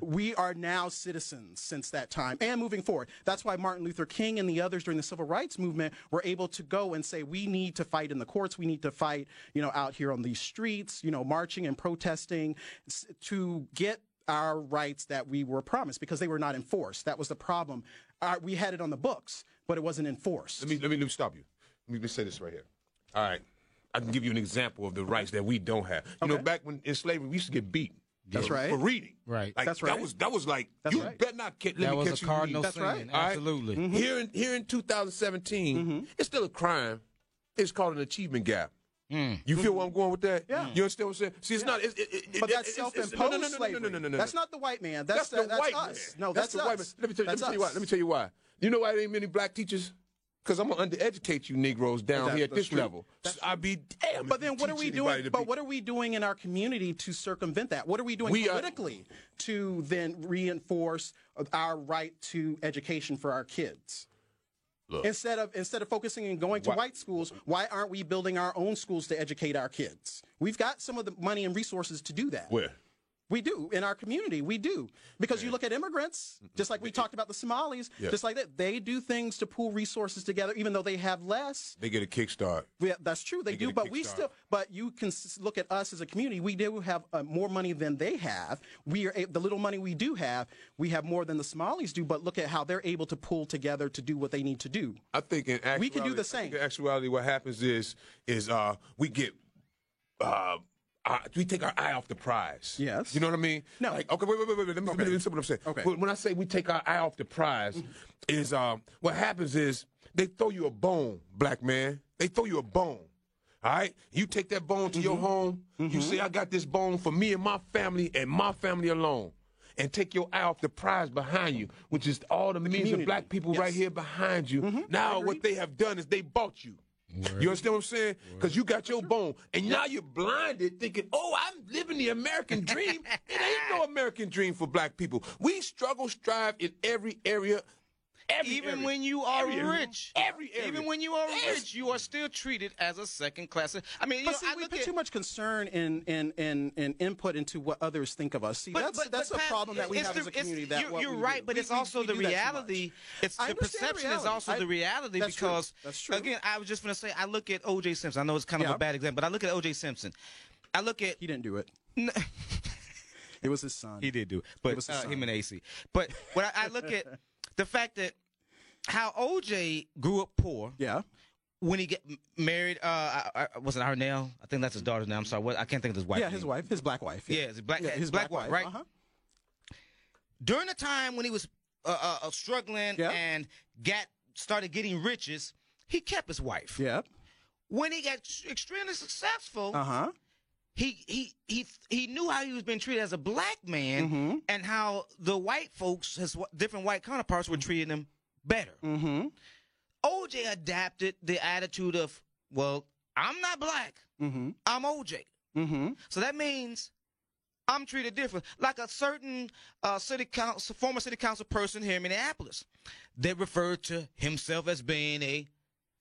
we are now citizens since that time and moving forward. That's why Martin Luther King and the others during the civil rights movement were able to go and say, we need to fight in the courts. We need to fight, you know, out here on these streets, you know, marching and protesting s- to get our rights that we were promised because they were not enforced. That was the problem. Our, we had it on the books, but it wasn't enforced. Let me, let me let me stop you. Let me, let me say this right here. All right, I can give you an example of the rights that we don't have. You know, back when in slavery, we used to get beat. That's for- right. For reading. Right. Like, That's That right. was that was like That's you right. better not ca- let That me was catch a you reading. cardinal That's sin. right. Mm-hmm. All right? Absolutely. Mm-hmm. Here in here in 2017, it's still a crime. It's called an achievement gap. Mm. You feel where I'm going with that? Yeah. You understand what I'm saying? See, it's not. It, it, it, But it- that's it's- it's- self-imposed no, no, no, no, slavery. No, no, no, no, no. That's not the white man. That's, the white us. man. No, that's, the us. white man. Let me tell you. Let me That's tell you why. us. Let me tell you why. You know why there ain't many black teachers? Because I'm gonna undereducate you Negroes down That- here at that's this true. level. That's So I'd be damn. But then, what are we doing? But what are we doing in our community to circumvent that? What are we doing We are- politically to then reinforce our right to education for our kids? Look. Instead of instead of focusing and going to Why- white schools, why aren't we building our own schools to educate our kids? We've got some of the money and resources to do that. Where? We do in our community. We do because you look at immigrants, just like we talked about the Somalis, Mm-hmm. Yeah. just like that. They do things to pool resources together, even though they have less. They get a kickstart. We, that's true. They, They do, get a but we kickstart. still. But you can s- look at us as a community. We do have uh, more money than they have. We are a- the little money we do have. We have more than the Somalis do. But look at how they're able to pull together to do what they need to do. I think in actuality, We can do the I think same. In actuality, what happens is is uh, we get uh, our- we take our eye off the prize. Yes. you know what I mean. No. like okay, wait, wait, wait, wait. Let me, let me see what I'm saying. Okay. When- when I say we take our eye off the prize, is um, what happens is they throw you a bone, black man. They throw you a bone. All right, you take that bone to your Mm-hmm. home. You say, "I got this bone for me and my family and my family alone," and take your eye off the prize behind you, which is all the, millions community. of black people right Yes. Mm-hmm. here behind you. Now what they have done is they bought you. You understand what I'm saying? Because you got your bone, and now you're blinded, thinking, "Oh, I'm living the American dream." it ain't no American dream for Black people. We struggle, strive in every area Every even area. when you are Every area. rich, Every area. even when you are rich, you are still treated as a second class. I mean, you But know, see, I we look put at, too much concern in in in, in input into what others think of us. See, But- that's but- that's but a Pat, problem that we it's have the- as a it's- community. That you're, what you're we do. right, but We- it's we- also we the do that too much. reality. It's I the understand the perception is reality. also I- the reality that's true. because That's true. again, I was just gonna say I look at O.J. Simpson. I know it's kind of Yeah. a bad example, but I look at O.J. Simpson. I look at He didn't do it. N- It was his son. He did do it, It but was a uh, sign. him and AC. But when I, I look at the fact that how OJ grew up poor Yeah. when he get m- married, uh, I, I, was it Arnell? I think that's his daughter's name. I'm sorry, what, I can't think of his wife. Yeah, his wife, his black wife. Yeah, his black- his black wife, right? Uh-huh. During the time when he was uh, uh, uh, struggling Yeah. and got started getting riches, he kept his wife. Yep. When he got s- extremely successful, Uh huh. he he he he knew how he was being treated as a black man Mm-hmm. and how the white folks his wh- different white counterparts were treating him better Mm-hmm. oj adapted the attitude of well i'm not black Mm-hmm. i'm oj Mm-hmm. so that means i'm treated different like a certain uh, city council former city council person here in minneapolis that referred to himself as being a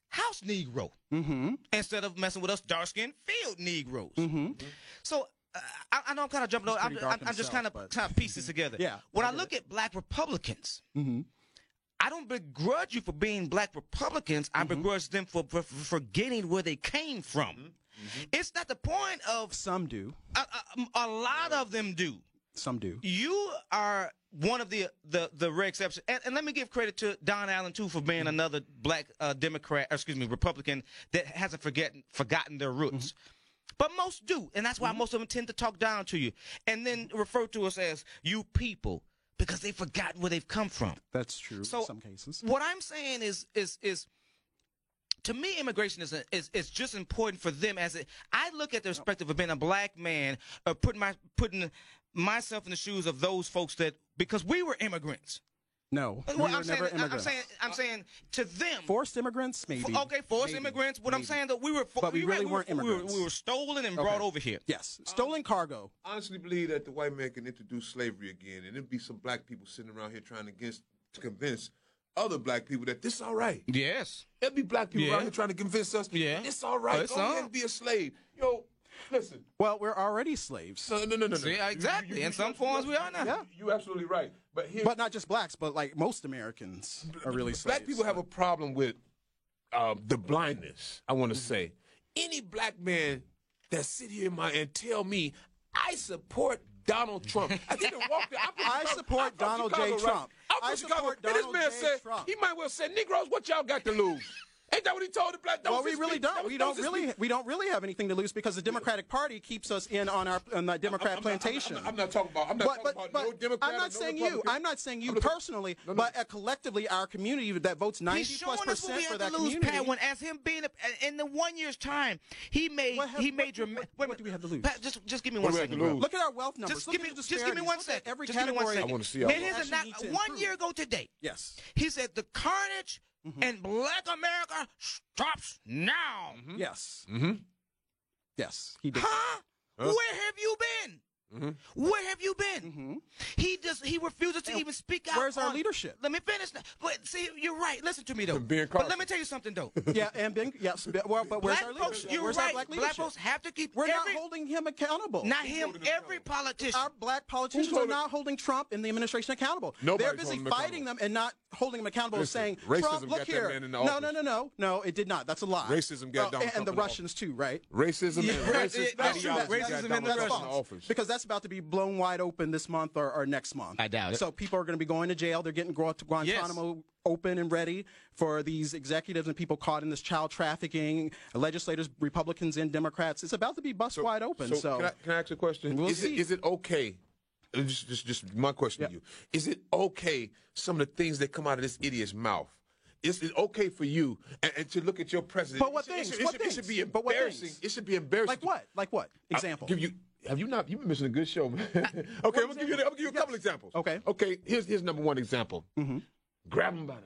house negro Mm-hmm. instead of messing with us dark skinned field Negroes. So uh, I, I know I'm kind of jumping over. I'm, pretty I'm, dark I'm just himself, kind of but- kind of pieces together. Yeah, When I I get look at black Republicans, Mm-hmm. I don't begrudge you for being black Republicans. Mm-hmm. I begrudge them for, for for forgetting where they came from. Mm-hmm. It's not the point of Some do. a, a, a lot of them do. Some do. You are one of the the the rare exceptions, and, and let me give credit to Don Allen too for being another black uh, Democrat, or excuse me, Republican that hasn't forgotten forgotten their roots. But most do, and that's why most of them tend to talk down to you and then refer to us as you people because they forgot where they've come from. That's true. So in some cases. what I'm saying is is is to me immigration is, is is just important for them as it I look at the perspective of being a black man or putting my putting myself in the shoes of those folks that because we were immigrants. No. Well, we I'm were saying never I'm immigrants. saying I'm saying to them Forced immigrants, maybe. okay forced Maybe. immigrants what I'm Maybe. saying that we were fo- But we you're right, really were- weren't we were, immigrants. we were stolen and brought over here. Yes. Stolen cargo. honestly believe that the white man can introduce slavery again, and it'd be some black people sitting around here trying to, against, to convince other black people that this is all right. Yes. There'd be black people Yeah. out here trying to convince us Yeah. it's all right. Oh, it's Go ahead all- and be a slave. Yo, listen. Well, we're already slaves. No, no, no, no, no. See, You- you- exactly. In some forms, we are now. you- You absolutely right. But here, But not just blacks, but like most Americans are really slaves. black people have a problem with uh, the blindness. I Mm-hmm. want to say any black man that sit here my, and tell me I support. Donald Trump. I, think the walk that- I'm from I Chicago- support I'm from Donald J. Chicago, right? Trump. I'm from I Chicago. support And Donald this man J. said Trump. he might well said, "Negroes, what y'all got to lose?" Ain't that what he told the black? that Well, was we his really speech. That don't. was- We that don't was his really. speech. We don't really have anything to lose because the Democratic Party keeps us in on our on that Democrat I'm not- I'm not- plantation. I'm not talking about- I'm not talking about no Democrat I'm or not no saying you. Republican. I'm not saying you I'm looking- personally, No, no. but uh, collectively, our community that votes He's 90 plus showing us what percent we for had that to lose, community. Pat. When as him being a, in the one year's time, he made What have- he what- made drama- what- wait a what do we have to lose? minute. Pat, just just give me What one do we have to second. lose? bro. Look at our wealth numbers. Just Look give at me the just give me disparities. one Look at second. Every just give me category. one second. I wanna see And how- here's a Actually knock. need to One improve. year ago today, Yes. he said the carnage Mm-hmm. in Black America stops now. Mm-hmm. Yes. Mhm. Yes. He did. Hmm? Mm-hmm. Huh? Where have you been? Mm-hmm. Where have you been? He does. He refuses to even speak out. Mm-hmm. where's our on- leadership? Let me finish. Now. But see, you're right. Listen to me though. Ben But Carson. let me tell you something though. Yeah. And Ben. Yes. but- Well, but where's black our folks, leadership? you're Where's our right. black black leadership? folks have to keep We're not every- holding him accountable. Not him. Every politician. our black politicians Who's are holding- not holding Trump and the administration accountable. Nobody's They're busy holding him fighting them and not holding them accountable, Listen, saying, racism "Trump, got look that here." man in the no, office. no, no, no, no. It did not. That's a lie. Oh, Racism got and, Donald Trump the in the Russians too, right? Racism Yeah, and right, racist yeah, That's true. Ideology That's, got ideology that's, Donald that's, Trump in false. office. Because that's about to be blown wide open this month or, or next month. I doubt it. So people are going to be going to jail. They're getting Guant- Guantanamo open and ready for these executives and people caught in this child trafficking. Legislators, Republicans and Democrats. It's about to be bust wide open. So, can, I, can I ask you a question? We'll is see. it is it okay? uh, Just, just, just my question to you: Is it okay some of the things that come out of this idiot's mouth? Is it okay for you and, and to look at your president? But what It should- things? it should- It What should, it should be things? But what embarrassing. things? It should be embarrassing. like what? Like what? I'll Example. Give you. Have you not? You've been missing a good show, man. okay, I'm gonna give you. I'm gonna give you a couple examples. Okay. Mm-hmm. Okay. Here's here's number one example. Grab him by the.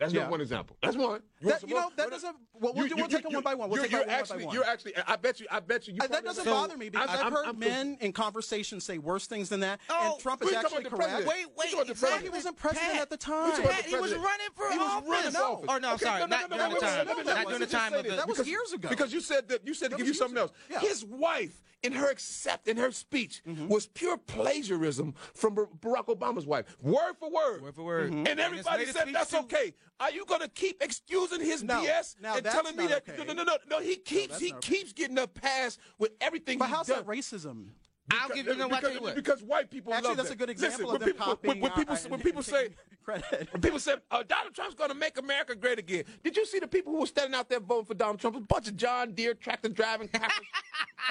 That's Yeah. just one example. That's one. You, That- want some you know, more? that We're not- doesn't- well, we'll do- we'll take 'em one by one. We'll you're, take 'em you're one by actually, one. You're actually. I bet you. I bet you. you Uh, that probably- doesn't So, bother me because I- I, have I'm- heard I'm- men in conversations say worse things than that, Oh, and Trump we is talking actually about the correct. president. Wait, wait. You're the exactly. president. he wasn't president Pat. at the time. about Pat, the he was president. running for He was office. running for No. office. Or no, I'm Okay, sorry, no, no, not no, during no, the no, time. no, no, no, Not during no, the let's just time say of the. that. That was Because- years ago. Because you said that you said That to give was you years something ago. else. Yeah. His wife, in her accept, in her speech, was pure plagiarism from Bar- Barack Obama's wife, word for word. Mm-hmm. Word for word. Mhm. And And his everybody latest said speech, that's too. okay. Are you going to keep excusing his No, BS now and that's telling me not that okay. no, no, no, no, He keeps that's he not okay. keeps getting a pass with everything. but he's how's done. that racism? I'll give you no. I because, tell you what. because white people Actually, love that's that. a good example Listen, of when them people, copying. When, when uh, people, and- when people and say, taking credit, when people said uh, Donald Trump's going to make America great again, did you see the people who were standing out there voting for Donald Trump? A bunch of John Deere tractor driving crackers,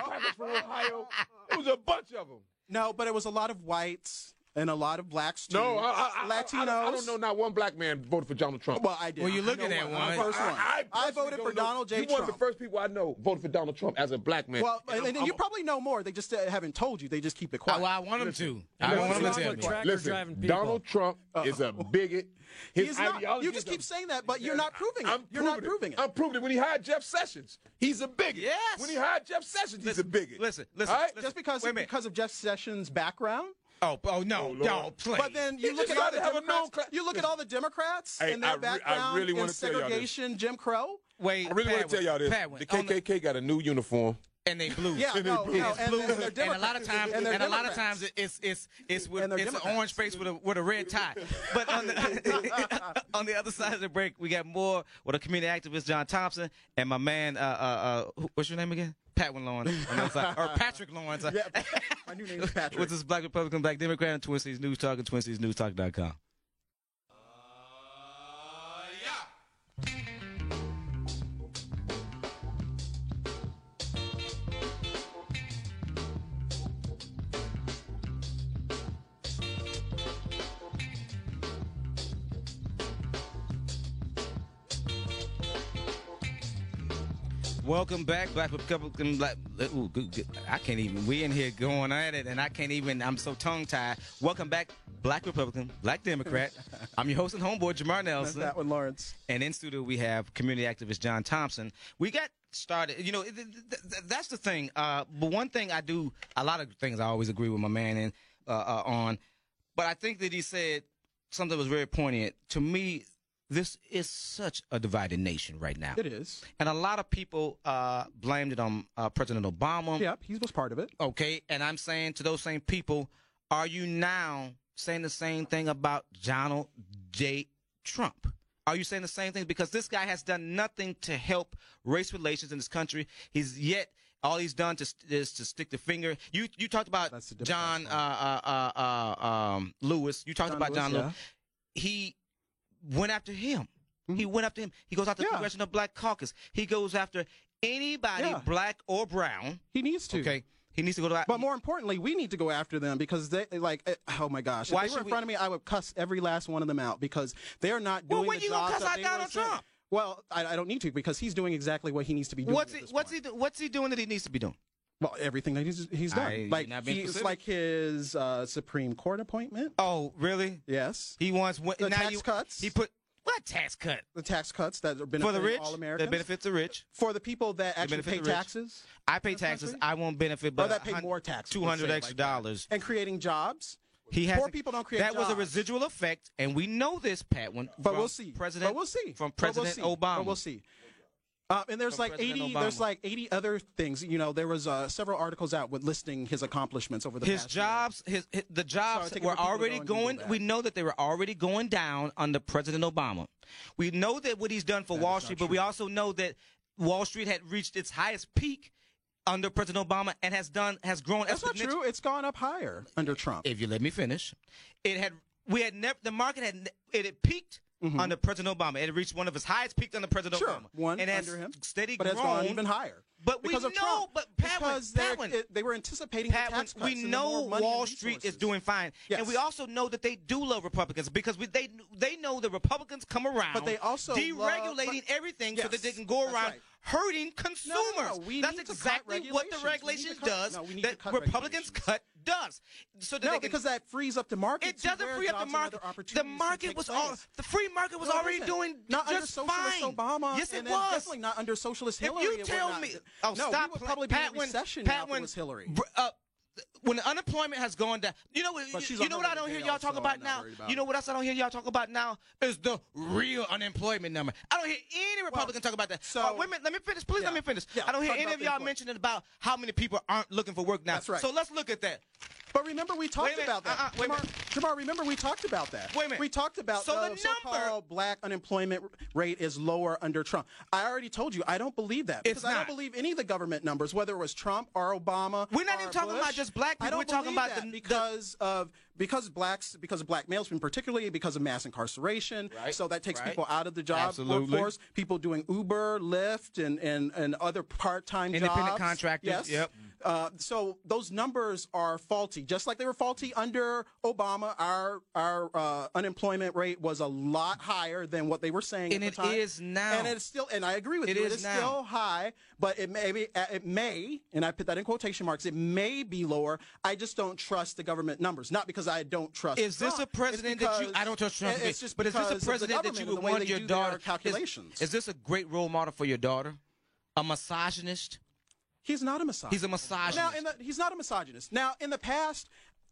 crackers from Ohio. It was a bunch of them. no, but it was a lot of whites and a lot of blacks too. No, I, I, I, I, Latinos. don't- I don't know not one black man voted for Donald Trump. Well, I did. Well, you're I looking know at one. one. I'm the first one. I, I personally voted don't for know- Donald J. You Trump. one of the first people I know voted for Donald Trump as a black man. Well, I'm- and, and I'm- you probably know more. They just uh, haven't told you. They just keep it quiet. Oh, well, I want him to. I No, want him to listen, tell Chocolate me. track. Tractor driving Listen, people. Donald Trump is a bigot. His He's not. ideology You just is a- keep saying that, but you're not proving it. I'm you're not proving proving I'm proving it. When he hired Jeff Sessions, he's a bigot. Yes. When he hired Jeff Sessions, he's a Listen, bigot. listen, listen, All right? listen. just because Wait a minute. because of Jeff Sessions' background. Oh, oh no, Lord. don't play. But then you He look just at all gotta the have a known Democrats. cla- you look at all the Democrats Hey, and their I re- I background really in wanna tell y'all this. segregation, Jim Crow. wait, I really Pat want to tell went- y'all this. Pat went The on KKK got a new uniform. and they blue. Yeah, no, and no, it's and- blue. and they're a lot of Democrats. times, And they're a lot of Democrats. times, it- it's it's it's with And they're it's an Democrats. orange face with a with a red tie. But on the on the other side of the break, we got more with a community activist John Thompson and my man. Uh, uh, uh who- what's your name again? Pat Lawrence, on the other side. or Patrick Lawrence. uh, Yeah, my new name is Patrick. With this Black Republican, Black Democrat, and Twin Cities News Talk and Twin Cities News Talk.com. Welcome back, Black Republican. Black, ooh, good, good. I can't even. We in here going at it, and I can't even. I'm so tongue tied. Welcome back, Black Republican, Black Democrat. I'm your host and homeboy, Jamar That's Nelson. that one, Lawrence. And in studio, we have community activist John Thompson. We got started. You know, th- th- th- that's the thing. Uh, but one thing I do, a lot of things I always agree with my man in, uh, uh, on. But I think that he said something that was very poignant. To me, this is such a divided nation right now. It is. And a lot of people uh, blamed it on uh, President Obama. Yep, he was part of it. Okay. And I'm saying to those same people, are you now saying the same thing about Donald J. Trump? Are you saying the same thing? Because this guy has done nothing to help race relations in this country. He's yet all he's done to st- is to stick the finger. You you talked about That's the Democrats' John uh, uh, uh, uh, um, Lewis. You talked John about Lewis, John Lewis. yeah. He Mm-hmm. went after him. He went after him. He goes after the Yeah. Congressional Black Caucus. He goes after anybody, Yeah. black or brown. He needs to. Okay, he needs to go to. But more importantly, we need to go after them because they like. eh, Oh my gosh! Why if they were should in we- front of me, I would cuss every last one of them out because they're not Well, doing. when the you gonna cuss jobs that out they Donald were sent. Trump? Well, I, I don't need to because he's doing exactly what he needs to be doing. what's at he? this What's point. he? do- What's he doing that he needs to be doing? Well, everything that he's he's done, I- you're like not being he's specific. like his uh, Supreme Court appointment. Oh, really? Yes, He wants what? The now tax you- cuts. He put what tax cut the tax cuts that are for the benefiting rich? all that Americans. benefits the rich. for the people that actually benefit pay the rich. taxes I pay taxes. country? I won't benefit, but that Oh, pay more taxes, two hundred let's say, extra like that. dollars. and creating jobs. He has Poor people don't create That was a jobs. residual effect, and we know this, Pat. When But from we'll see. President, But we'll see. from But we'll President see. Obama. But we'll see. Uh, and there's From like President 80. Obama. There's like 80 other things. You know, there was uh, several articles out with listing his accomplishments over the His past jobs, his, his the jobs take it were for people already to go and Google going. that. we know that they were already going down under President Obama. We know that what he's done for Wall Street, but we also know that Wall Street had reached its highest peak under President Obama and has done has grown Year. That's not exponentially. true. It's gone up higher under Trump. If you let me finish, it had we had never the market had ne- it had peaked. Under President Obama, it had reached one of its highest peaks under President Mm-hmm. sure, Obama. one and has under him, steady but it's grown gone even higher. But we because of know- Trump. but Pat Win- because Pat they're- Win- it- they were anticipating the Pat, tax when we cuts and the know more money and Wall Street is resources. doing fine, and Yes. we also know that they do love Republicans because we, they they know the Republicans come around, But they also love- deregulating but- everything so Yes, that they can go that's around right. hurting consumers. no, we That's need to cut exactly what the regulations. regulation We need to cut- does no, we need to that cut Republicans regulations. cut does. So that No, they can, because that frees up the market. it to doesn't where free up jobs the and market. other The opportunities can market take was place. all the free market was No, it already isn't. doing not just under socialist fine. Obama. Yes, it and then was. Definitely not under socialist If Hillary. you it would tell not- me, oh no, stop, we would playing. probably Pat, be in recession when, now Pat, if it when, was Hillary. br- uh, when unemployment has gone down, you know what? But You, she's you on know her what way I to don't hear jail, y'all talk so I'm about not now. worried about you know it. what else I don't hear y'all talk about now is the real unemployment number. I don't hear any Republican talk about that. so- Uh, wait a minute, let me finish. Please let Yeah. me finish. Yeah, I don't hear talk any about of the y'all employment. mentioning about how many people aren't looking for work now. That's right. So let's look at that. But remember, we talked Wait a minute, about that. uh-uh, wait a Jamar, minute. Jamar, remember, we talked about that. Wait a minute. We talked about So the, the number- so-called black unemployment rate is lower under Trump. I already told you, I don't believe that because I not. don't believe any of the government numbers, whether it was Trump or Obama. We're not or even talking Bush. about just black I people. don't We're talking believe about that the- because of because blacks because of black males, and particularly because of mass incarceration. Right, So that takes right. people out of the job Absolutely. workforce. People doing Uber, Lyft, and and and other part-time Independent jobs. contractors, Yes. yep. Uh, so those numbers are faulty, just like they were faulty under Obama. Our our uh, unemployment rate was a lot higher than what they were saying, And at it the time. is now. And it's still, and I agree with It you. is it is now. still high, but it may be, uh, it may, and I put that in quotation marks. It may be lower. I just don't trust the government numbers, not because I don't trust. Is this Trump. a It's president that you? because- I don't trust Trump. It's just but is this because a of the president that you government and would the way want they your do their daughter? is- Calculations. Is, this a great role model for your daughter? A misogynist. he's not a misogynist. He's a misogynist. Now, in the, he's not a misogynist. Now, in the past,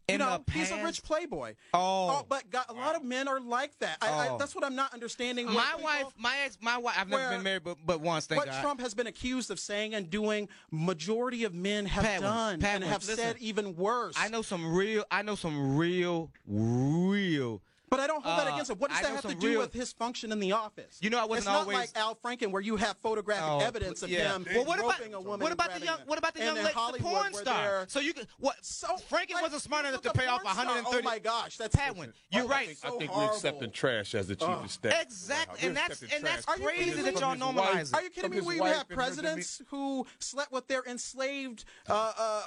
you In know, the he's a rich past? playboy. Uh, Oh. but got, a lot of men are like that. I, Oh. I, that's what I'm not understanding. when my people- wife, my ex, my wife. I've never Where- been married, but but once. Thank what God. Trump has been accused of saying and doing, majority of men have Pat Wins, done Pat and Wins, have listen. said even worse. I know some real. I know some real, real. But I don't hold that Uh, against him. What does I that know have to some do real- with his function in the office? You know, I wasn't it's not always- like Al Franken, where you have photographic Oh, evidence of yeah. him Well, what about groping a woman. what about and the young grabbing what about the him. young and lady, in the Hollywood, porn where star? they're- So you could what? So, Franken like, wasn't smart look enough at to the pay off porn star. 130. Oh my gosh, that's Oh Padwin, you're I right. think- so I think horrible. we're accepting trash as the cheapest stat. Exactly, and that's and that's Are you crazy kidding that me? y'all From his wife. normalize it. Are you kidding From me? his We wife have and her to me- presidents who slept with their enslaved uh,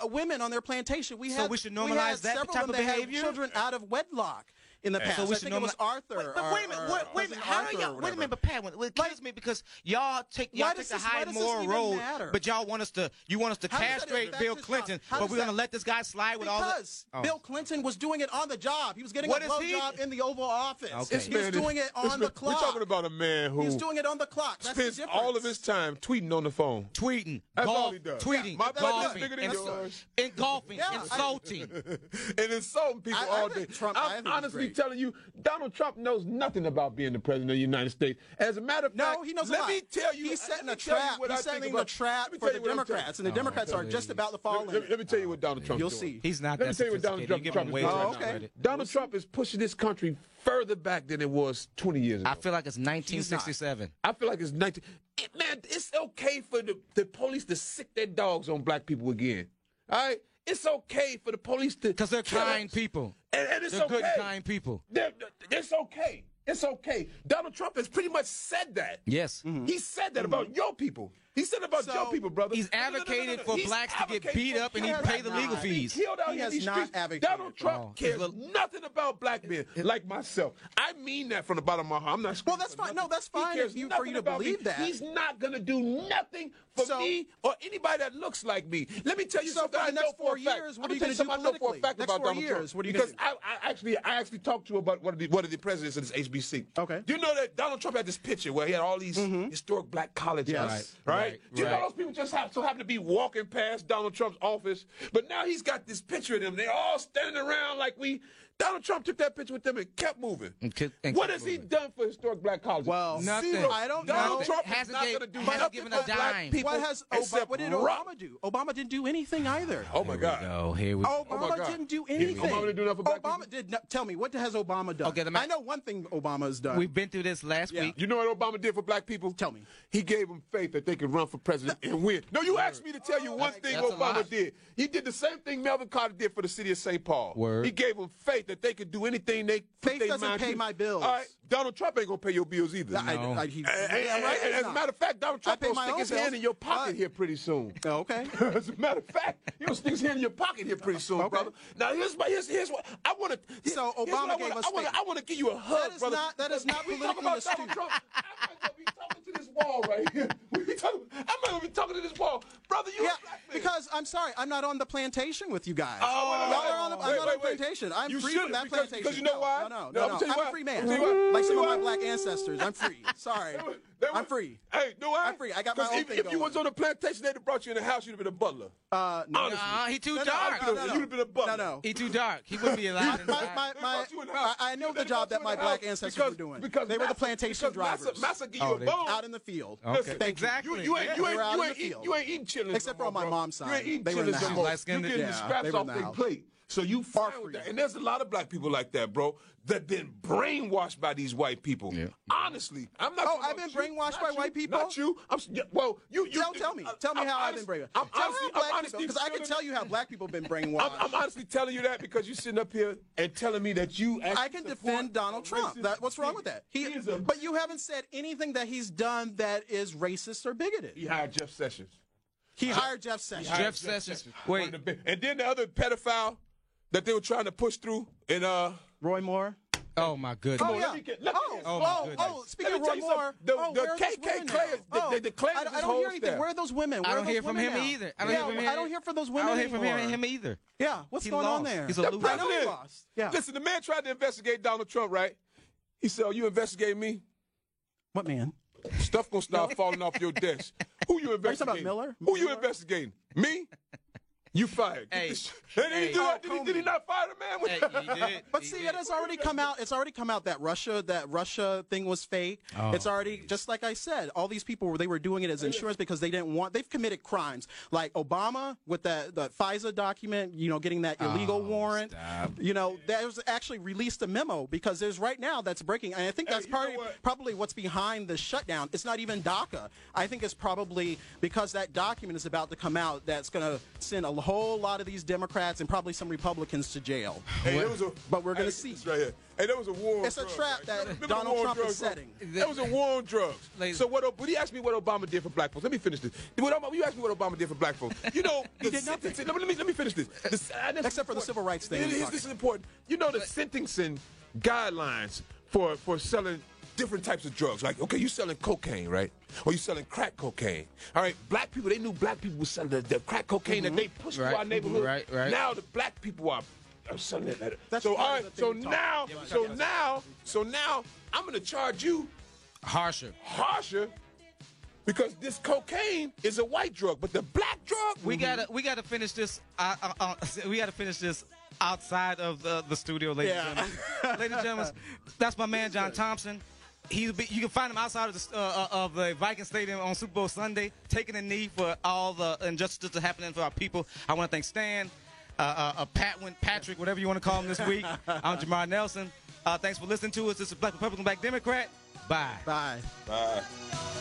uh, women on their plantation. We So had, we should had normalize that several type them of that had behavior? children out of wedlock in the past. So we I should think it was normalize- Arthur. Wait, but or- wait a minute, wait, wait a or minute. President How do Arthur or y'all? Wait a whatever. minute, but Pat, it kills me because y'all take y'all Why take does the this- why high does this moral even road, matter? but y'all want us to you want us to How does that castrate affect Bill his Clinton, job? How but does we're gonna that- let this guy slide with all the. Because Oh. Bill Clinton was doing it on the job. He was getting What a is blow he- job in the Oval Office. Okay. He was doing it on the clock. We're talking about a man He was who doing it on the clock. That's spends the difference. all of his time tweeting on the phone. tweeting, That's all golf, he does. tweeting, Yeah, my bad, golfing, that's bigger than ins- yours. engulfing, Yeah, I- insulting. and insulting people I- I all day. think Trump- I I'm think he's honestly great. telling you, Donald Trump knows nothing about being the president of the United States. As a matter of No, fact, he knows a let lot. me tell you, he's setting let a me tell you trap. what I He's think setting about- a trap let me for tell the you what I'm telling Democrats, and the you. Democrats are just about to fall Let, in. me- let me- let me tell you what Donald Trump. You'll doing. see. He's not Let me that tell you what Donald sophisticated. Trump, You give him Trump is way too doing. Oh, much okay. credit. Donald Trump is pushing this country further back than it was 20 years ago. I feel like it's 1967. I feel like it's 19. It, man, it's okay for the, the police to sick their dogs on black people again. All right? It's okay for the police to. Because they're kill kind us. people. And, and it's They're okay. good and kind people. They're, they're- it's okay. It's okay. Donald Trump has pretty much said that. Yes. He said that about your people. He said about So- your people, brother. He's No, no, no, no, no, advocated no. for He's blacks to get advocated beat for up and he black pay the people legal to be fees. killed out He here in has these not streets. advocated Donald for- Trump Oh, it's cares little- nothing about black men like myself. I mean that from the bottom of my heart. I'm not. Well, that's fine. No, that's fine He cares if you- for nothing you to about me. believe that. He's not gonna do nothing for So- me or anybody that looks like me. Let me tell you So something. for I the next know for four a fact. years, what I'm are you gonna tell gonna something do I know for a fact politically? Next about four Donald years, Trump. what are you because gonna I, I actually, I actually talked to about one of the one of the presidents of this HBC. Okay. Mm-hmm. Do you know that Donald Trump had this picture where he had all these historic black colleges, Yes. right? Right, Do you right. know those people just have, so happen to be walking past Donald Trump's office? But now he's got this picture of them. They're all standing around like we. Donald Trump took that picture with them and kept moving. And kept- and what kept has he moving. done for historic black colleges? Well, Nothing. Zero. I don't Donald know. Trump Hasn't is not gave- going to do hasn't nothing given for a black dime. people What has Obama, except what did rock. Obama do? Obama didn't do anything either. Oh my God. Oh, here we Obama my God. didn't do Here we anything. go. Obama didn't do nothing for black Obama people? did not. Tell me, what has Obama done? Okay, let me- I know one thing Obama's done. We've been through this last Yeah. week. You know what Obama did for black people? Tell me. He gave them faith that they could run for president and win. No, you asked me to tell you one thing That's a lie. Obama did. He did the same thing Melvin Carter did for the city of St. Paul. Word. He gave them faith that they could do anything they put Faith their doesn't mind pay to. my bills. All right, Donald Trump ain't gonna pay your bills either. I- No. I- he- And- and- Yeah, right, and he's as a not. matter of fact, Donald I Trump pay gonna my stick own his bills, hand in your pocket but- here pretty soon. Okay. As a matter of fact, you'll stick his hand in your pocket here pretty soon, Okay. brother. Now here's my here's, here's what I want to. So Obama gave us I want faith. to. I want to give you a hug, is brother. not- that is because not we talk politically about Donald astute. Trump. I might as well be talking to this wall right here. We talking. I'm not gonna be talking to this Paul, brother. You Yeah, a black man. because I'm sorry, I'm not on the plantation with you guys. Oh, wait, wait, Y'all wait. are on the, I'm Wait, not wait, on the wait. plantation. I'm You free shouldn't, from that because- plantation. because you know no, why? No, No, no, I'm no. tell you I'm why. a free man. I'm tell you why. Like some of You my know black ancestors, I'm free. Sorry, They were- they I'm were- free. Hey, do I? I'm free. I got my 'Cause own if, thing If you going. was on the plantation, they'd have brought you in the house. You'd have been a butler. Uh, no. Honestly. Nah, he too No, no, dark. no, no, no. You'd have been a butler. No, no. He too dark. He wouldn't be allowed. My, my, They my, brought you in the house. I, I know They the job brought you that in my the black house ancestors because- were doing. Because they were the Massa- plantation because drivers Massa, Massa give you Oh, a they- bone. out in the field. Okay. Thank you. You, Exactly. you ain't you They were ain't out you in the ain't, eat, field. you ain't eating chillin' Except for no more, on my bro. mom's You side. ain't eating They were in the chillin' no house. more. Light You skinned getting nigga. the Yeah, scraps they were off in their the house. plate. So you Far fine free. with that. And there's a lot of black people like that, bro, that been brainwashed by these white people. Yeah. Honestly, I'm not. Oh, talking I've about been you, brainwashed not by you, white people? Not you. I'm. s- yeah, Well, you. you Tell, tell me. Tell me I'm how honest- I've been brainwashed. I'm tell honestly, how black I'm people, because I can feeling- tell you how black people have been I'm, brainwashed. I'm honestly telling you that because you're sitting up here and telling me that you. actually I can support defend Donald a Trump. racist That, what's wrong with that? He, is a- but you haven't said anything that he's done that is racist or bigoted. He hired Jeff Sessions. He hired Jeff Sessions. Jeff Sessions. Wait. One of the big- And then the other pedophile that they were trying to push through and uh. Roy Moore. Oh my goodness. Oh, Let yeah. me get- let me oh, get- Oh, oh, my oh, goodness. speaking of Let Roy me tell you Moore, something. The- oh, the where are those KK women clans, now? they- they Oh, declared I, don't- this I don't whole hear anything. step. Where are those women? Where I are don't those hear from women him now? either. I don't yeah, hear from him. I don't hear from those women I don't hear from anymore. him, him either. Yeah, what's He going on lost. there? He's a The loser. I know he president. lost. Yeah. Listen, the man tried to investigate Donald Trump, right? He said, "Oh, you investigate me? What man? Stuff gonna start falling off your desk. Who talking about you investigating? Miller? Who you Miller? investigating? Me? You fired. Get Hey. this shit- And did he Hey. do Oh, it? Did he, Comey. did he not fire the man? Hey, he did. But He see, did. it has already come out. It's already come out that Russia, that Russia thing was fake. it's already just like I said. All these people were they were doing it as insurance because they didn't want. They've committed crimes like Obama with that the FISA document. You know, getting that illegal warrant. You know, that was actually released a memo because there's right now that's breaking. And I think that's you know probably what? probably what's behind the shutdown. It's not even DACA. I think it's probably because that document is about to come out. That's going to send a whole lot of these Democrats and probably some Republicans to jail. Hey, there was a, But we're gonna Hey, see. this Right here. Hey, there was a war. on It's a drugs, trap right? that Remember the Donald war on Trump is drugs, bro? setting. That was a war on drugs. Ladies- So what? O- But he asked me what Obama did for black folks. Let me finish this. What Obama, you asked me what Obama did for black folks. You know, he did nothing. Let me, let me let me finish this. The s- uh, this Except is for the important. civil rights thing It we is- talked this is important. You know the sentencing guidelines for for selling. Different types of drugs. Like, okay, you selling cocaine, right? Or you selling crack cocaine. All right, black people, they knew black people was selling the, the crack cocaine Mm-hmm. that they pushed Right, to our neighborhood. right, right. Now the black people are, are selling it. at- That's so part all of right, the thing so we talked now, about. Yeah, we so talked about now, so now, I'm gonna charge you Harsher. harsher because this cocaine is a white drug, but the black drug We gotta we gotta finish this. Uh, uh, uh, we gotta finish this outside of the, the studio, ladies Yeah. and gentlemen. ladies and gentlemen, that's my man John Thompson. He be, you can find him outside of the uh, uh, of the Viking Stadium on Super Bowl Sunday, taking a knee for all the injustices that are happening for our people. I want to thank Stan, uh, uh, uh, Patwin, Patrick, whatever you want to call him this week. I'm Jamar Nelson. Uh, thanks for listening to us. This is Black Republican, Black Democrat. Bye. Bye. Bye.